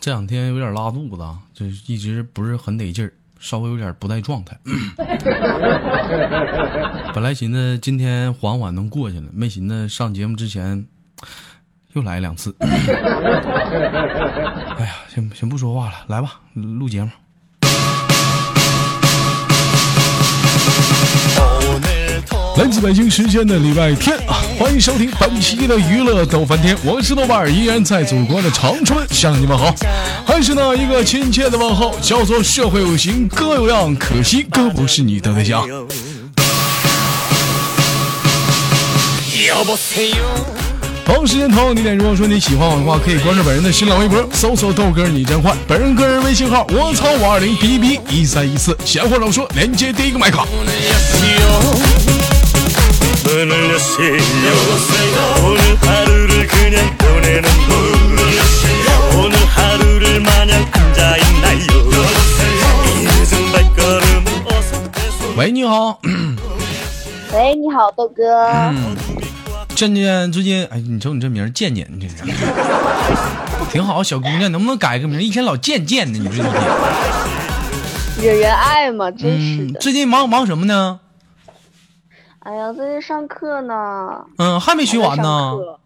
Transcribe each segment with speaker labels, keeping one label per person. Speaker 1: 这两天有点拉肚子，啊，就一直不是很得劲儿，稍微有点不在状 态。本来寻思今天缓缓能过去了，没寻思上节目之前又来两 次。哎呀，先先不说话了，来吧，录节目。
Speaker 2: 来自北京时间的礼拜天啊，欢迎收听本期的娱乐逗翻天，我是豆瓣儿，依然在祖国的长春向你们好，还是那一个亲切的问候，叫做社会有型哥有样，可惜哥不是你的对象。同时间同样地点，如果说你喜欢我的话，可以关注本人的新浪微博，搜索豆哥你真坏，本人个人微信号我操五二零 B B 一三一四，闲话少说，连接第一个麦卡。
Speaker 1: 喂，你好，
Speaker 3: 喂，你好，豆哥。
Speaker 1: 嗯健健最近，哎，你瞅你这名儿健健，你这人挺好，小姑娘，能不能改个名儿？一天老健健的，你这一天。
Speaker 3: 惹人爱嘛，真是
Speaker 1: 嗯，
Speaker 3: 的。
Speaker 1: 最近忙忙什么呢？
Speaker 3: 哎呀，最近上课呢，
Speaker 1: 嗯，还没学完
Speaker 3: 还在
Speaker 1: 呢
Speaker 3: 上，课。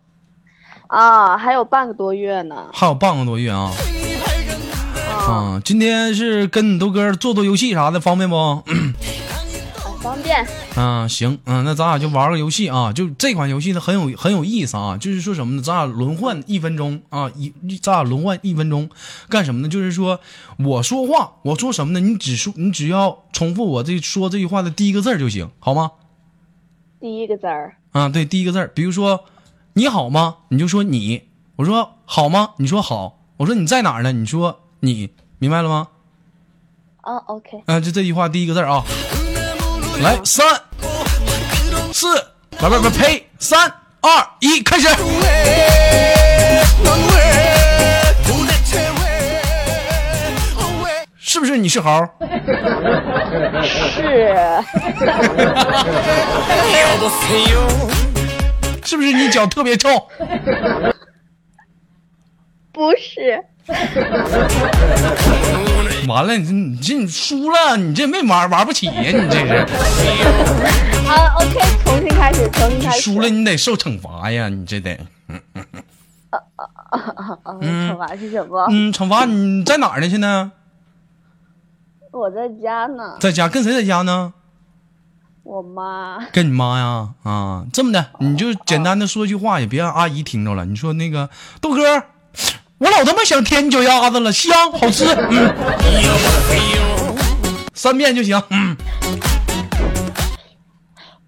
Speaker 3: 啊，还有半个多月呢。
Speaker 1: 还有半个多月啊。
Speaker 3: 啊，
Speaker 1: 啊，今天是跟你豆哥做做游戏啥的，方便不？
Speaker 3: 很哎方便。
Speaker 1: 嗯，行，嗯，那咱俩就玩个游戏啊，就这款游戏呢很有很有意思啊，就是说什么呢？咱俩轮换一分钟啊，一咱俩轮换一分钟，干什么呢？就是说我说话，我说什么呢？你只说你只要重复我这说这句话的第一个字儿就行，好吗？
Speaker 3: 第一个字儿，
Speaker 1: 啊，对，第一个字儿，比如说你好吗？你就说你，我说好吗？你说好，我说你在哪儿呢？你说你，明白了吗？
Speaker 3: 啊，OK，
Speaker 1: 啊，就这句话第一个字儿啊。来，三、四，来不不呸，三二一，开始。是不是你是猴？
Speaker 3: 是，
Speaker 1: 是不是你脚特别臭？
Speaker 3: 不是？
Speaker 1: 完了，你这你这你输了，你这没玩玩不起呀、你这是
Speaker 3: 啊，OK，重新开始，重新开始。
Speaker 1: 输了，你得受惩罚呀，你这得。
Speaker 3: 啊，惩罚是什么？
Speaker 1: 嗯，惩罚你在哪儿呢？现在
Speaker 3: 我在家呢，
Speaker 1: 在家跟谁在家呢？
Speaker 3: 我妈。
Speaker 1: 跟你妈呀啊，这么
Speaker 3: 哦
Speaker 1: 的，你就简单的说一句话，也别让阿姨听着了。你说那个豆哥，我老他妈想舔你脚丫子了，香好吃，嗯，三遍就行，嗯，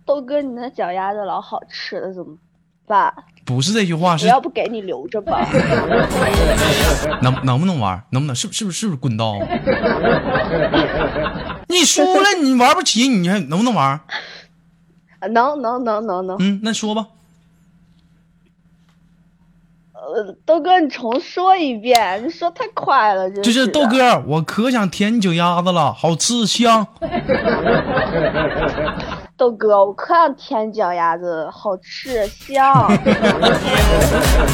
Speaker 3: 豆哥，你那脚丫子老好吃了，怎么办？
Speaker 1: 不是这句话，
Speaker 3: 我
Speaker 1: 是
Speaker 3: 要不给你留 着吧？
Speaker 1: 能能不能玩？能不能？是不是不是是不是滚刀？你输了，你玩不起，你还能不能玩？
Speaker 3: 啊能能能能能。
Speaker 1: 嗯，那说吧，
Speaker 3: 呃，豆哥，你重说一遍，你说太快了，真啊
Speaker 1: 就是是
Speaker 3: 的
Speaker 1: 豆，哥，我可想舔你脚丫子了，好吃香。
Speaker 3: 豆哥，我可想舔脚丫子，好吃 香。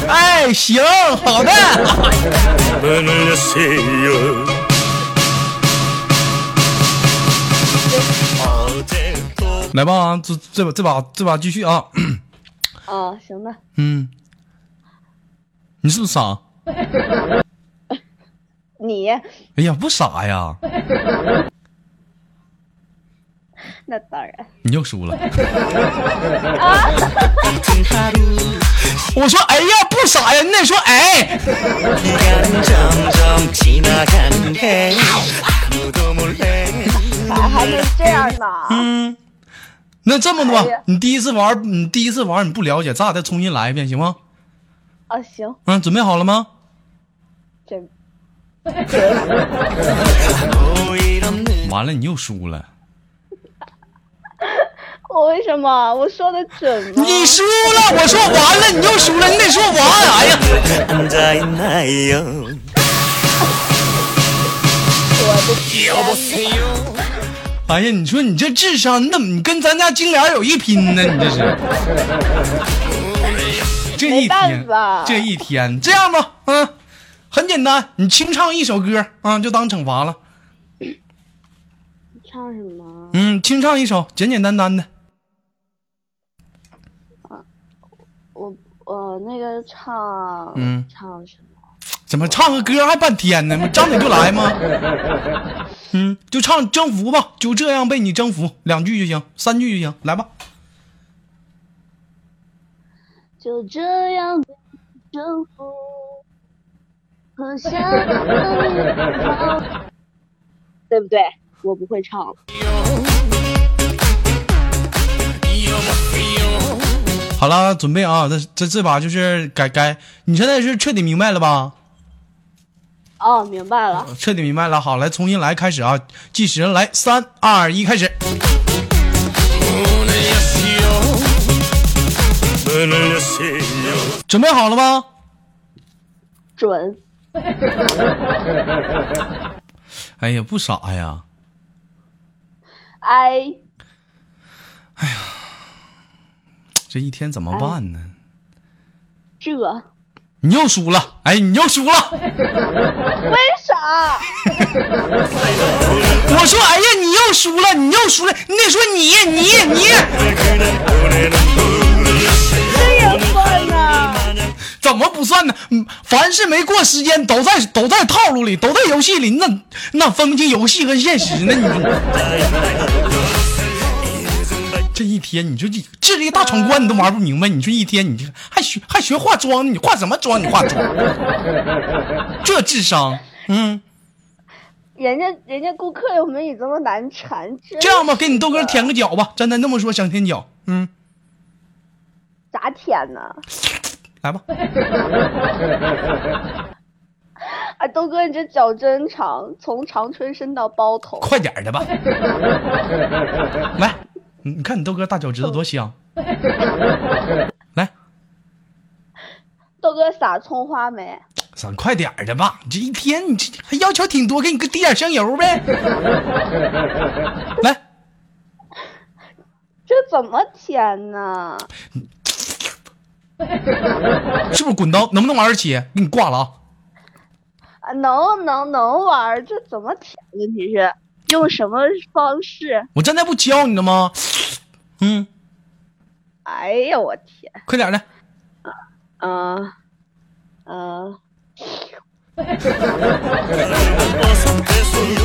Speaker 1: 哎，行，好的。来吧，啊这这把这把这把继续啊。
Speaker 3: 啊，行的，
Speaker 1: 嗯，你是不是傻？
Speaker 3: 你
Speaker 1: 哎呀，不傻呀，
Speaker 3: 那当然，
Speaker 1: 你又输了。我说，哎呀，不傻呀，你得说哎。
Speaker 4: 시간은 점점 지나가는데 아무도 몰래
Speaker 3: 咋还能这样呢？
Speaker 1: 哎嗯，那这么的吧
Speaker 3: 哎呀，
Speaker 1: 你第一次玩，你第一次玩你不了解，咱俩再重新来一遍，行吗？
Speaker 3: 啊，行，
Speaker 1: 嗯，准备好了吗？
Speaker 3: 这
Speaker 4: 오일 없는
Speaker 1: 完了，你又输了。
Speaker 3: 我为什么我说的准吗？
Speaker 1: 你输了，我说完了，你又输了，你得说完。哎呀，
Speaker 4: 앉아있나요
Speaker 1: 哎呀，你说你这智 商，你怎么你跟咱家金莲有一拼呢？你这是。这
Speaker 3: 没
Speaker 1: 一
Speaker 3: 办
Speaker 1: 天
Speaker 3: 法，
Speaker 1: 这一天，这样吧，嗯，很简单，你清唱一首歌，啊、就当惩罚了。
Speaker 3: 唱什么？
Speaker 1: 嗯，清唱一首，简简单单的。
Speaker 3: 我我那个唱，
Speaker 1: 嗯
Speaker 3: 唱什么？
Speaker 1: 怎么唱个歌还半天呢？张嘴就来吗？嗯，就唱征服吧，就这样被你征服，两句就行，三句就行，来吧。
Speaker 3: 就这样被征服，喝下的 对不对？我不会唱了，
Speaker 1: 好了，准备啊，这这这把就是该该，你现在是彻底明白了吧？
Speaker 3: 哦，明白了。
Speaker 1: 彻底明白了。好，来重新来开始啊，计时来，三二一，开始。
Speaker 4: 문을 여세요
Speaker 1: 准备好了吗？
Speaker 3: 准，
Speaker 1: 哎呀，不傻呀，
Speaker 3: 哎，
Speaker 1: 这一天怎么办呢？
Speaker 3: 这
Speaker 1: 你又输了，哎，你又输了。
Speaker 3: 为啥？
Speaker 1: 我说，哎呀，你又输了，你又输了，你得说你你你
Speaker 4: 그냥 보내는 문을 여세요
Speaker 3: 这也算呐？
Speaker 1: 怎么不算呢？嗯凡是没过时间都在都在套路里，都在游戏里，那那分不清游戏和现实呢？你这一天，你就这智力大闯关，你都玩不明白，你这一天，你这还学还学化妆呢？你化什么妆？你化妆？这智商，嗯。
Speaker 3: 人家人家顾客又没你这么难缠，真
Speaker 1: 这样吧，
Speaker 3: 是
Speaker 1: 给你豆哥
Speaker 3: 的
Speaker 1: 舔个脚吧，咱咱这么说，想舔脚，嗯，
Speaker 3: 咋舔呢？
Speaker 1: 来吧，
Speaker 3: 啊，豆哥，你这脚真长，从长春伸到包头。
Speaker 1: 快点儿的吧，来，你你看你豆哥大脚趾头多香，来，
Speaker 3: 豆哥撒葱花没？
Speaker 1: 咱快点儿的吧，你这一天你这还要求挺多，给你个滴点儿香油呗， 来，
Speaker 3: 这怎么舔呢？
Speaker 1: 是不是滚刀？能不能玩儿起？给你挂了啊！
Speaker 3: 啊，能能能玩儿，这怎么舔？问题是用什么方式？
Speaker 1: 我刚才不教你了吗？嗯，
Speaker 3: 哎呀，我天，
Speaker 1: 快点儿的，
Speaker 3: 啊、嗯、
Speaker 4: 어색해서요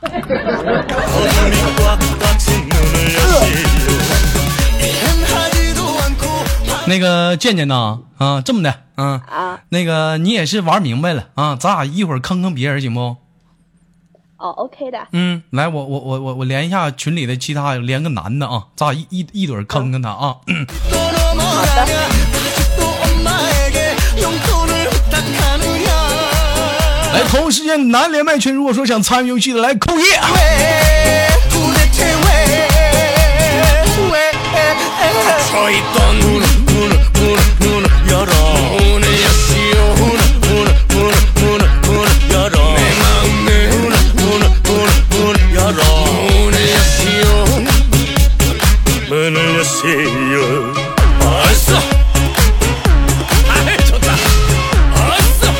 Speaker 4: 어둠이 꽉꽉 친 문을 여세요 이행하지도 않고
Speaker 1: 那个健健呐，啊，这么的，嗯、
Speaker 3: 啊啊，
Speaker 1: 那个你也是玩明白了啊，咱俩一会儿坑坑别人行不？
Speaker 3: 哦，OK 的，
Speaker 1: 嗯，来，我我我我我连一下群里的其他连个男的啊，咱俩一一一对坑坑他啊。
Speaker 4: 또 넘어가냐 아직도 엄마에게 용돈을 부탁하느냐
Speaker 1: 来，同时间男连麦群，如果说想参与游戏的来扣一。
Speaker 4: 왜 도대체 왜 왜서 있던 문을 문을 문을 문을 열어 문을 여시오 문을 문을 문을 문을 문을 열어 내 마음 내 문을 문을 문을 문을 열어 문을 여시오 문을 여시오 어서 아이 좋다 어서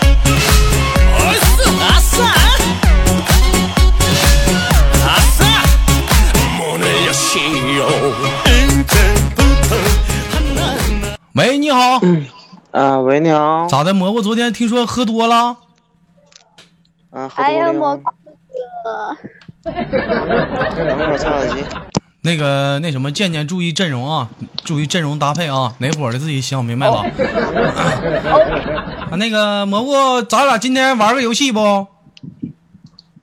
Speaker 4: 어서 아싸 아싸 문을 여시오 이제부터 하나하나
Speaker 1: 喂，你好，
Speaker 5: 啊，喂，你好。
Speaker 1: 咋的？蘑菇昨天听说喝多了，
Speaker 5: 啊，好
Speaker 3: 哎呀，
Speaker 5: 多
Speaker 3: 蘑
Speaker 5: 我
Speaker 3: 菇哥，
Speaker 5: 等会儿我插耳机。
Speaker 1: 那个那什么，健健注意阵容啊，注意阵容搭配啊，哪伙儿的自己想明白了。啊，那个蘑菇，咱俩今天玩个游戏不？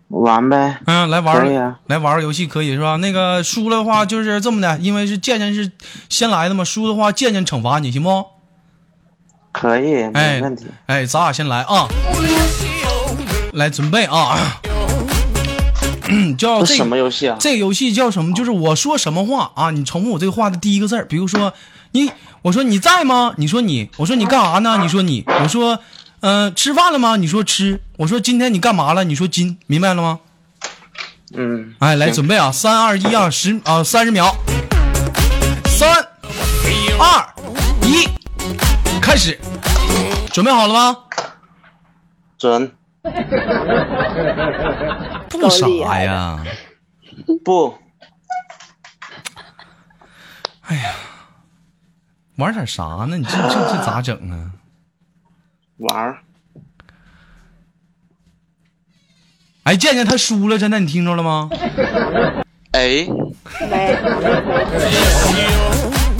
Speaker 5: 玩呗。
Speaker 1: 嗯，来玩儿
Speaker 5: 可以啊
Speaker 1: 来玩儿个游戏可以是吧？那个输了的话就是这么的，因为是健健是先来的嘛，输的话健健惩罚你行不？
Speaker 5: 可以，
Speaker 1: 哎
Speaker 5: 没问题。，
Speaker 1: 哎，咱俩先来啊，来准备啊，嗯 叫
Speaker 5: 这
Speaker 1: 这
Speaker 5: 什么
Speaker 1: 个
Speaker 5: 游戏啊？
Speaker 1: 这个游戏叫什么？就是我说什么话啊，你重复我这个话的第一个字儿，比如说你，我说你在吗？你说你，我说你干啥呢？你说你，我说嗯、呃吃饭了吗？你说吃，我说今天你干嘛了？你说今，明白了吗？
Speaker 5: 嗯，
Speaker 1: 哎，来
Speaker 5: 行
Speaker 1: 呃准备啊！三二一啊，十啊，三十秒。三、二、一，开始，准备好了吗？
Speaker 5: 准
Speaker 3: 啊
Speaker 1: 不傻
Speaker 5: 哎
Speaker 1: 呀，
Speaker 5: 不
Speaker 1: 玩点啥呢？你这这这咋整啊？
Speaker 5: 玩儿，
Speaker 1: 哎，健健他输了，真的，你听着了吗？
Speaker 5: 哎，
Speaker 3: 没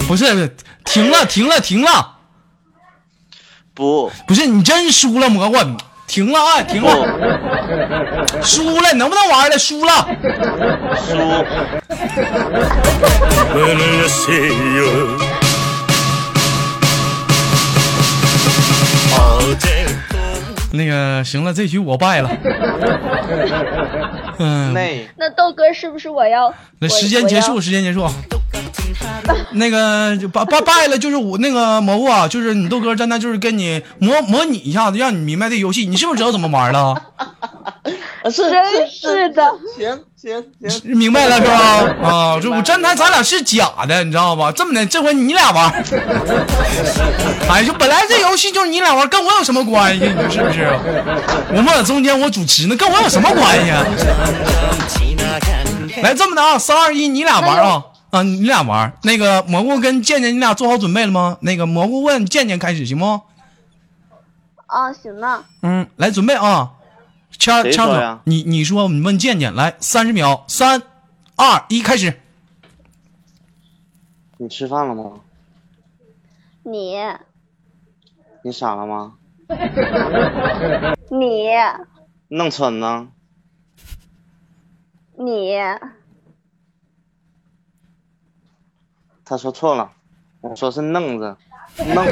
Speaker 1: 不是，不是停了，停了，停了，
Speaker 5: 不
Speaker 1: 不是你真输了，蘑菇，你停了啊，停
Speaker 5: 不
Speaker 1: 了，输了，你能不能玩了？输了，
Speaker 5: 输，
Speaker 4: 문을 여세요 어제 또
Speaker 1: 那个行了，这局我败了。嗯，
Speaker 5: 内
Speaker 3: 那豆哥是不是我要？
Speaker 1: 那
Speaker 3: 我
Speaker 1: 时间结。
Speaker 3: 我
Speaker 1: 束，
Speaker 3: 要
Speaker 1: 时间结 束。
Speaker 4: 똑같은 하루
Speaker 1: 那个就败败败了，就是我那个蘑菇啊，就是你豆哥真的就是跟你模模拟一下子，让你明白这游戏，你是不是知道怎么玩了？
Speaker 5: 啊是
Speaker 3: 真是的，
Speaker 5: 行行行，
Speaker 1: 明白了是吧？啊，这
Speaker 5: 明白
Speaker 1: 我真的咱俩是假的，你知道吧？这么的，这回你俩玩。哎，就本来这游戏就是你俩玩，跟我有什么关系？你说是不是？我们在中间我主持呢，跟我有什么关系啊？
Speaker 4: 지나간 해
Speaker 1: 来这么的啊，三二一，你俩玩
Speaker 5: 哎
Speaker 1: 啊啊，你俩玩。那个蘑菇跟健健，你俩做好准备了吗？那个蘑菇问健健开始行不？
Speaker 3: 啊，行呐，
Speaker 1: 嗯，来准备啊，掐
Speaker 5: 谁
Speaker 1: 掐
Speaker 5: 说
Speaker 1: 总
Speaker 5: 呀，
Speaker 1: 你你说，你问健健，来三十秒，三二一，开始。
Speaker 5: 你吃饭了吗？
Speaker 3: 你
Speaker 5: 你傻了吗？
Speaker 3: 你
Speaker 5: 弄蠢呢？
Speaker 3: 你
Speaker 5: 他说错了，我说是弄子，弄弄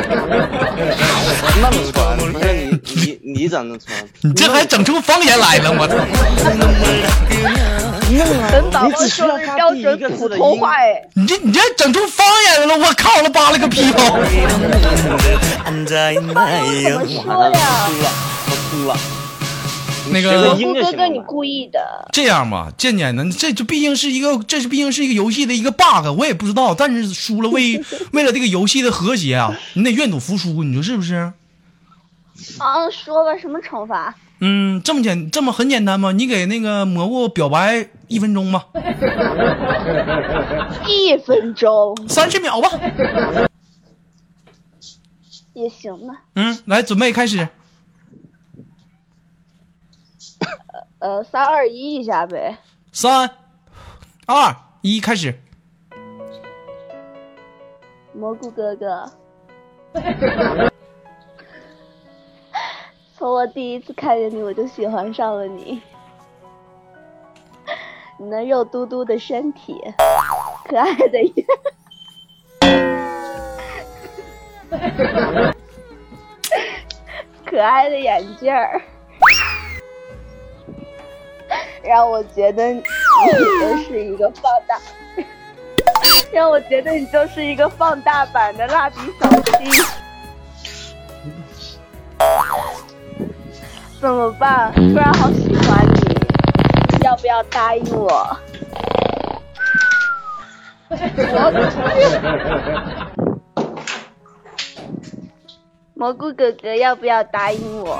Speaker 5: 蠢，不是你你你整的蠢，
Speaker 1: 你这还整出方言来了，我操！
Speaker 3: 跟宝
Speaker 5: 啊你
Speaker 3: 宝
Speaker 5: 只需
Speaker 3: 说
Speaker 5: 要
Speaker 3: 的
Speaker 5: 发
Speaker 3: 标
Speaker 5: 第一
Speaker 3: 准
Speaker 5: 个字
Speaker 3: 普
Speaker 5: 的
Speaker 3: 通
Speaker 5: 音
Speaker 3: 话哎，
Speaker 1: 你这你这整出方言来了，我靠了扒了个屁股！
Speaker 4: 앉아있나요
Speaker 3: 怎么说
Speaker 5: 完了，哎我
Speaker 3: 呀？
Speaker 5: 哭了，我哭了。
Speaker 1: 那
Speaker 5: 学
Speaker 1: 个
Speaker 5: 个音就
Speaker 3: 哥
Speaker 5: 行
Speaker 3: 哥，你
Speaker 5: 了。
Speaker 3: 故意的，
Speaker 1: 这样吧，健健呢，这就毕竟是一个，这是毕竟是一个游戏的一个 bug，我也不知道，但是输了 为为了这个游戏的和谐啊，你得愿赌服输，你说是不是？
Speaker 3: 啊，说吧，什么惩罚？
Speaker 1: 嗯，这么简这么很简单吗？你给那个蘑菇表白一分钟吧，
Speaker 3: 一分钟
Speaker 1: 三十秒吧。
Speaker 3: 也行吧。
Speaker 1: 嗯，来准备开始。
Speaker 3: 呃，三二一一下呗。
Speaker 1: 三、二、一，开始。
Speaker 3: 蘑菇哥哥， 从我第一次看见你，我就喜欢上了你。你那肉嘟嘟的身体，可爱的眼， 可爱的眼镜儿，让我觉得你就是一个放大。让我觉得你就是一个放大版的蜡笔小新。怎么办？突然好喜欢你，要不要答应我？蘑菇哥哥，要不要答应我？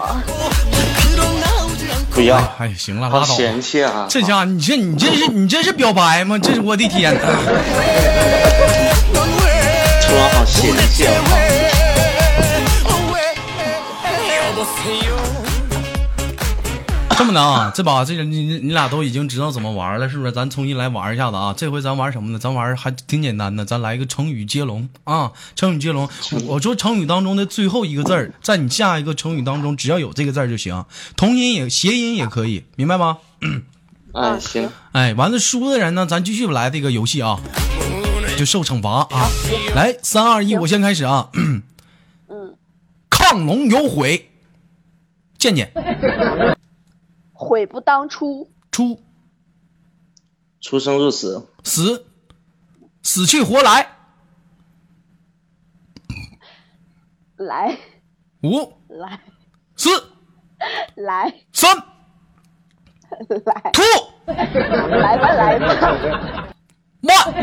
Speaker 5: 不要，
Speaker 1: 哎，行了，
Speaker 5: 好
Speaker 1: 拉倒吧。
Speaker 5: 嫌弃啊！
Speaker 1: 这家伙，你这你这是你这是表白吗？这是我的天呐！
Speaker 5: 突然好嫌弃啊！
Speaker 4: 여보세요
Speaker 1: 这么的啊，这把这个你你你俩都已经知道怎么玩了，是不是？咱重新来玩一下子啊！这回咱玩什么呢？咱玩还挺简单的，咱来一个成语接龙啊！成语接龙，我说成语当中的最后一个字儿，在你下一个成语当中，只要有这个字儿就行，同音也谐音也可以，明白吗？
Speaker 5: 哎，行，
Speaker 1: 哎，完了输的人呢，咱继续来这个游戏啊，就受惩罚啊！来，三二一，我先开始啊！嗯， 亢龙有悔，健健
Speaker 3: 悔不当初，
Speaker 1: 出
Speaker 5: 出生入死，
Speaker 1: 死，死去活来。
Speaker 3: 来
Speaker 1: 五、
Speaker 3: 来
Speaker 1: 四、
Speaker 3: 来
Speaker 1: 三、
Speaker 3: 来
Speaker 1: 吐，
Speaker 3: 来吧来吧，
Speaker 1: 慢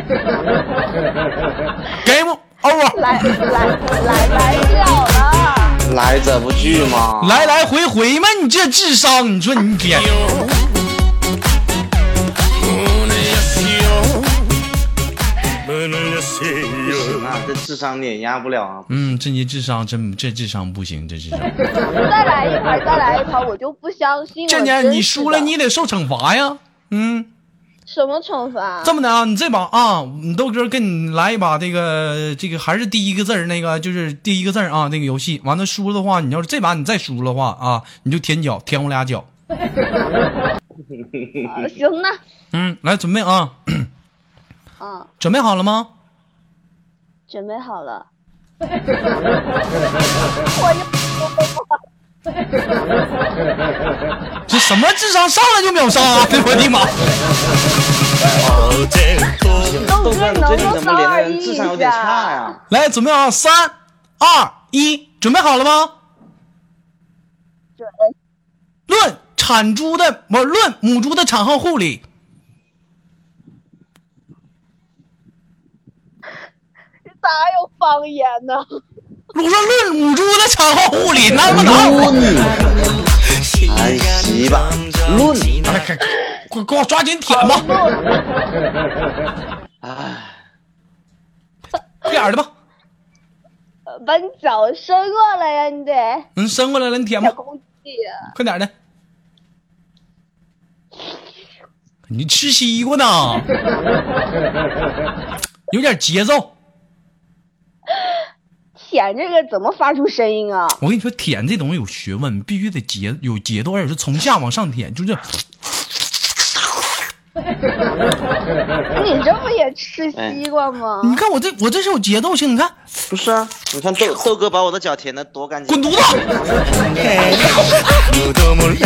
Speaker 1: ，game over，
Speaker 3: 来来来来不了了，
Speaker 5: 来者不拒嘛。
Speaker 1: 来来回回嘛，你这智商，你说你一天。
Speaker 3: 哎
Speaker 5: 行啊，这智商碾压不了啊。
Speaker 1: 嗯，这你智商真这智商不行，这智商。
Speaker 3: 哎再来一盘，再来一盘，我就不相信了。
Speaker 1: 这
Speaker 3: 真
Speaker 1: 年
Speaker 3: 是
Speaker 1: 你
Speaker 3: 的
Speaker 1: 输了，你得受惩罚呀。嗯，
Speaker 3: 什么惩罚？
Speaker 1: 这么的啊，你这把啊，你豆哥跟你来一把这个这个还是第一个字儿那个，就是第一个字儿啊那个游戏。完了输了的话，你要是这把你再输的话啊，你就舔脚舔我俩脚。
Speaker 3: 啊行那
Speaker 1: 嗯，来准备啊，
Speaker 3: 啊，
Speaker 1: 准备好了吗？
Speaker 3: 准备好了。
Speaker 1: 这什么智商上来就秒杀、 啊？我的妈！
Speaker 3: 豆
Speaker 5: 豆
Speaker 3: 哥
Speaker 5: 哥，
Speaker 3: 你能不
Speaker 5: 你最近
Speaker 3: 能
Speaker 5: 怎么连
Speaker 3: 三
Speaker 5: 的
Speaker 3: 二
Speaker 5: 人
Speaker 3: 一
Speaker 5: 智
Speaker 3: 一
Speaker 5: 商有点差
Speaker 3: 下？
Speaker 5: 呀？
Speaker 1: 来，准备啊，三、二、一，准备好了吗？
Speaker 3: 准
Speaker 1: 论产猪的，不是论母猪的产后护理。
Speaker 3: 咋有方言呢？
Speaker 1: 我说论母猪的产后护理难不难？
Speaker 5: 哎，洗吧，论，
Speaker 1: 快给我抓紧舔吧，
Speaker 5: 哎，
Speaker 1: 闭眼的吧。
Speaker 3: 呃把你脚伸过来呀，你得
Speaker 1: 嗯，伸过来了，你舔吧
Speaker 3: 小，公鸡。
Speaker 1: 快点的。你吃西瓜呢？ 有点节奏。
Speaker 3: 舔这个怎么发出声音啊？
Speaker 1: 我跟你说，舔这东西有学问，必须得节有节奏，而且是从下往上舔，就是
Speaker 3: 你这不也吃西瓜吗？
Speaker 1: 你看我这我这是有节奏性，你看
Speaker 5: 不是啊，你看豆豆哥把我的脚舔的多干净
Speaker 1: 滚。犊子！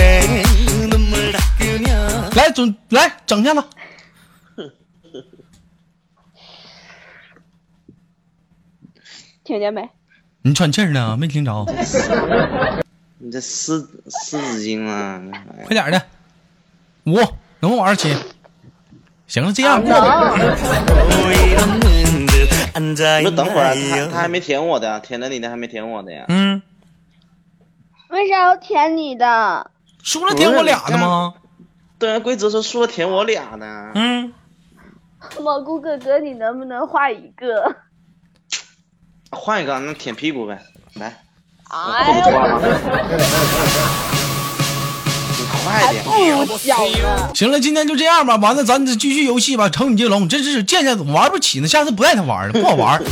Speaker 1: 来准来整下子，
Speaker 3: 听见没？
Speaker 1: 你喘气儿呢？没听着？
Speaker 5: 你这湿湿纸巾啊！哎
Speaker 1: 快点儿的，五能不能往二起？行了，这样过吧。
Speaker 3: 能，
Speaker 5: 你说等会儿啊他他还没舔我的，舔了你的还没舔我的呀？
Speaker 1: 嗯，
Speaker 3: 为啥要舔你的？
Speaker 1: 输了舔我俩的吗？
Speaker 5: 对啊，规则说输了舔我俩呢。
Speaker 1: 嗯，
Speaker 3: 蘑菇哥哥，你能不能画一个？
Speaker 5: 换一个，那舔屁股呗。来，
Speaker 3: 哎
Speaker 5: 我
Speaker 3: 呀，
Speaker 5: 啊！你快点，
Speaker 3: 不小呢，
Speaker 1: 行了，今天就这样吧。完了，咱继续游戏吧。成语接龙，真是见见玩不起呢，下次不带他玩了，不好玩。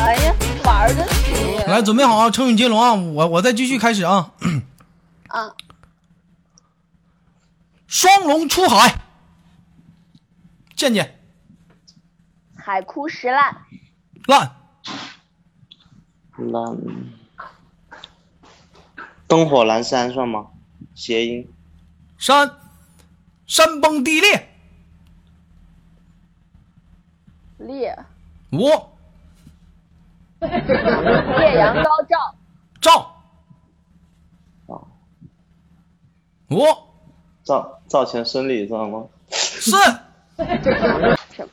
Speaker 3: 哎呀，玩的起
Speaker 1: 来，准备好啊，成语接龙啊，我我再继续开始啊。
Speaker 3: 啊！
Speaker 1: 双龙出海，见见
Speaker 3: 海枯石烂，
Speaker 1: 烂
Speaker 5: 蓝，灯火阑珊算吗？谐音，
Speaker 1: 山，山崩地裂。
Speaker 3: 烈
Speaker 1: 五
Speaker 3: 烈阳高照，
Speaker 1: 赵
Speaker 5: 哦，
Speaker 1: 五
Speaker 5: 造造钱生理算吗？
Speaker 1: 四
Speaker 3: 什么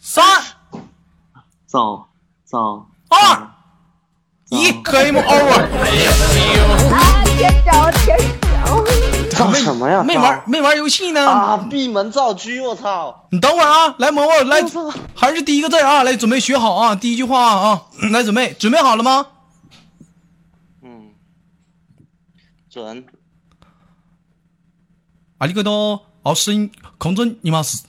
Speaker 1: 三
Speaker 5: 造造
Speaker 1: 二一，game over。
Speaker 3: 啊！天着天着，
Speaker 5: 造什么呀？
Speaker 1: 没
Speaker 5: 造
Speaker 1: 玩没玩游戏呢，
Speaker 5: 啊！闭门造车，我操！
Speaker 1: 你等会儿啊，来蘑菇来
Speaker 5: 我操，
Speaker 1: 还是第一个字儿啊，来准备学好啊，第一句话啊啊，来准备准备好了吗？
Speaker 5: 嗯，准。
Speaker 1: 阿里个多，敖生空中尼玛斯，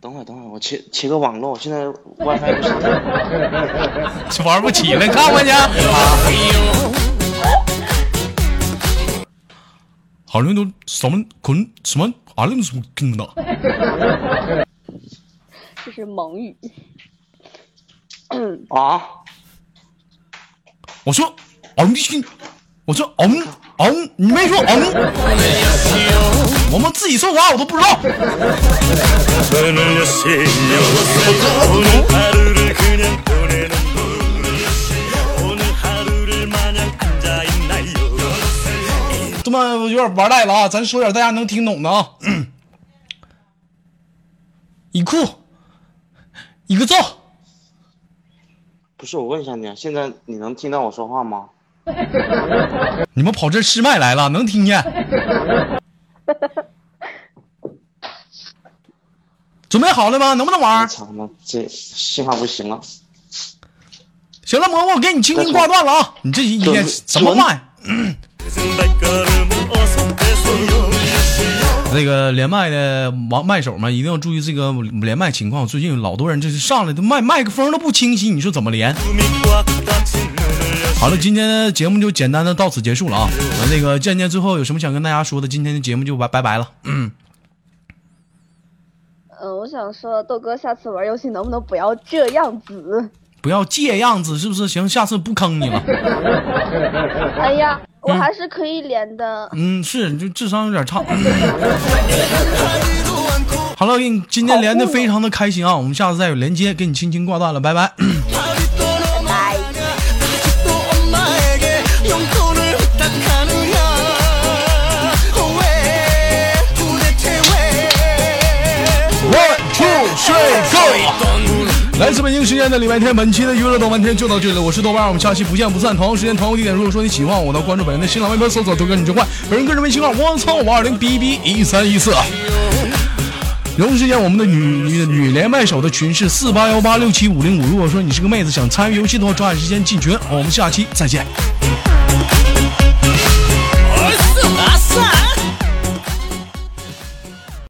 Speaker 5: 等会儿，等会儿，我切切个网络，我现在 WiFi 不行。
Speaker 1: 玩不起了，看看去。好像都什么捆什么阿里什么跟的。
Speaker 3: 这是蒙语。
Speaker 5: 啊，
Speaker 1: 我说昂去，我说昂昂，你没说昂，我们自己说啥我都不知道。
Speaker 4: 보내주세요. 오늘 하루를 그냥 보내는 분이었어요. 오늘 하루를 마냥 앉아있나요?
Speaker 1: 这么有点玩赖了啊，咱说点大家能听懂的啊。一裤，一个照。
Speaker 5: 不是，我问一下你，啊，现在你能听到我说话吗？
Speaker 1: 你们跑这试麦来了，能听见？ 准备好了吗？能不能玩
Speaker 5: 我
Speaker 1: 儿？
Speaker 5: 操他妈，这信号不行了。啊
Speaker 1: 行了，蘑菇，我给你轻轻挂断了啊！你这一天什么玩意儿？
Speaker 4: 발걸음은 어서 떼서요
Speaker 1: 那个连麦的王麦手们一定要注意这个连麦情况。最近有老多人这是上来的麦麦克风都不清晰，你说怎么连？
Speaker 4: 숨이 꽉꽉 친 눈을 열어
Speaker 1: 好了，今天的节目就简单的到此结束了啊。呃那个健健最后有什么想跟大家说的？今天的节目就拜拜拜了。
Speaker 3: 嗯，我想说，豆哥，下次玩游戏能不能不要这样子？
Speaker 1: 不要借样子，是不是？行，下次不坑你了。
Speaker 3: 哎呀，我还是可以连的。
Speaker 1: 嗯，是，你就智商有点差。好了，给你今天连的非常的开心啊，我们下次再有连接，给你轻轻挂断了，拜拜。
Speaker 4: 밥이 또 넘어가네 아직도 엄마에게 용돈을 부탁하느냐 왜 도대체 왜
Speaker 2: One two three go！来自北京时间的礼拜天，本期的娱乐豆瓣天就到这里了。我是豆瓣儿，我们下期不见不散。同样时间，同样地点。如果说你喜欢我的，关注本人的新浪微博，搜索“周哥你真坏”，本人个人微信号：我操五二零 b b 一三一四。同时间，我们的女女女连麦手的群是四八幺八六七五零五。如果说你是个妹子，想参与游戏的话，抓紧时间进群。我们下期再见。
Speaker 4: 「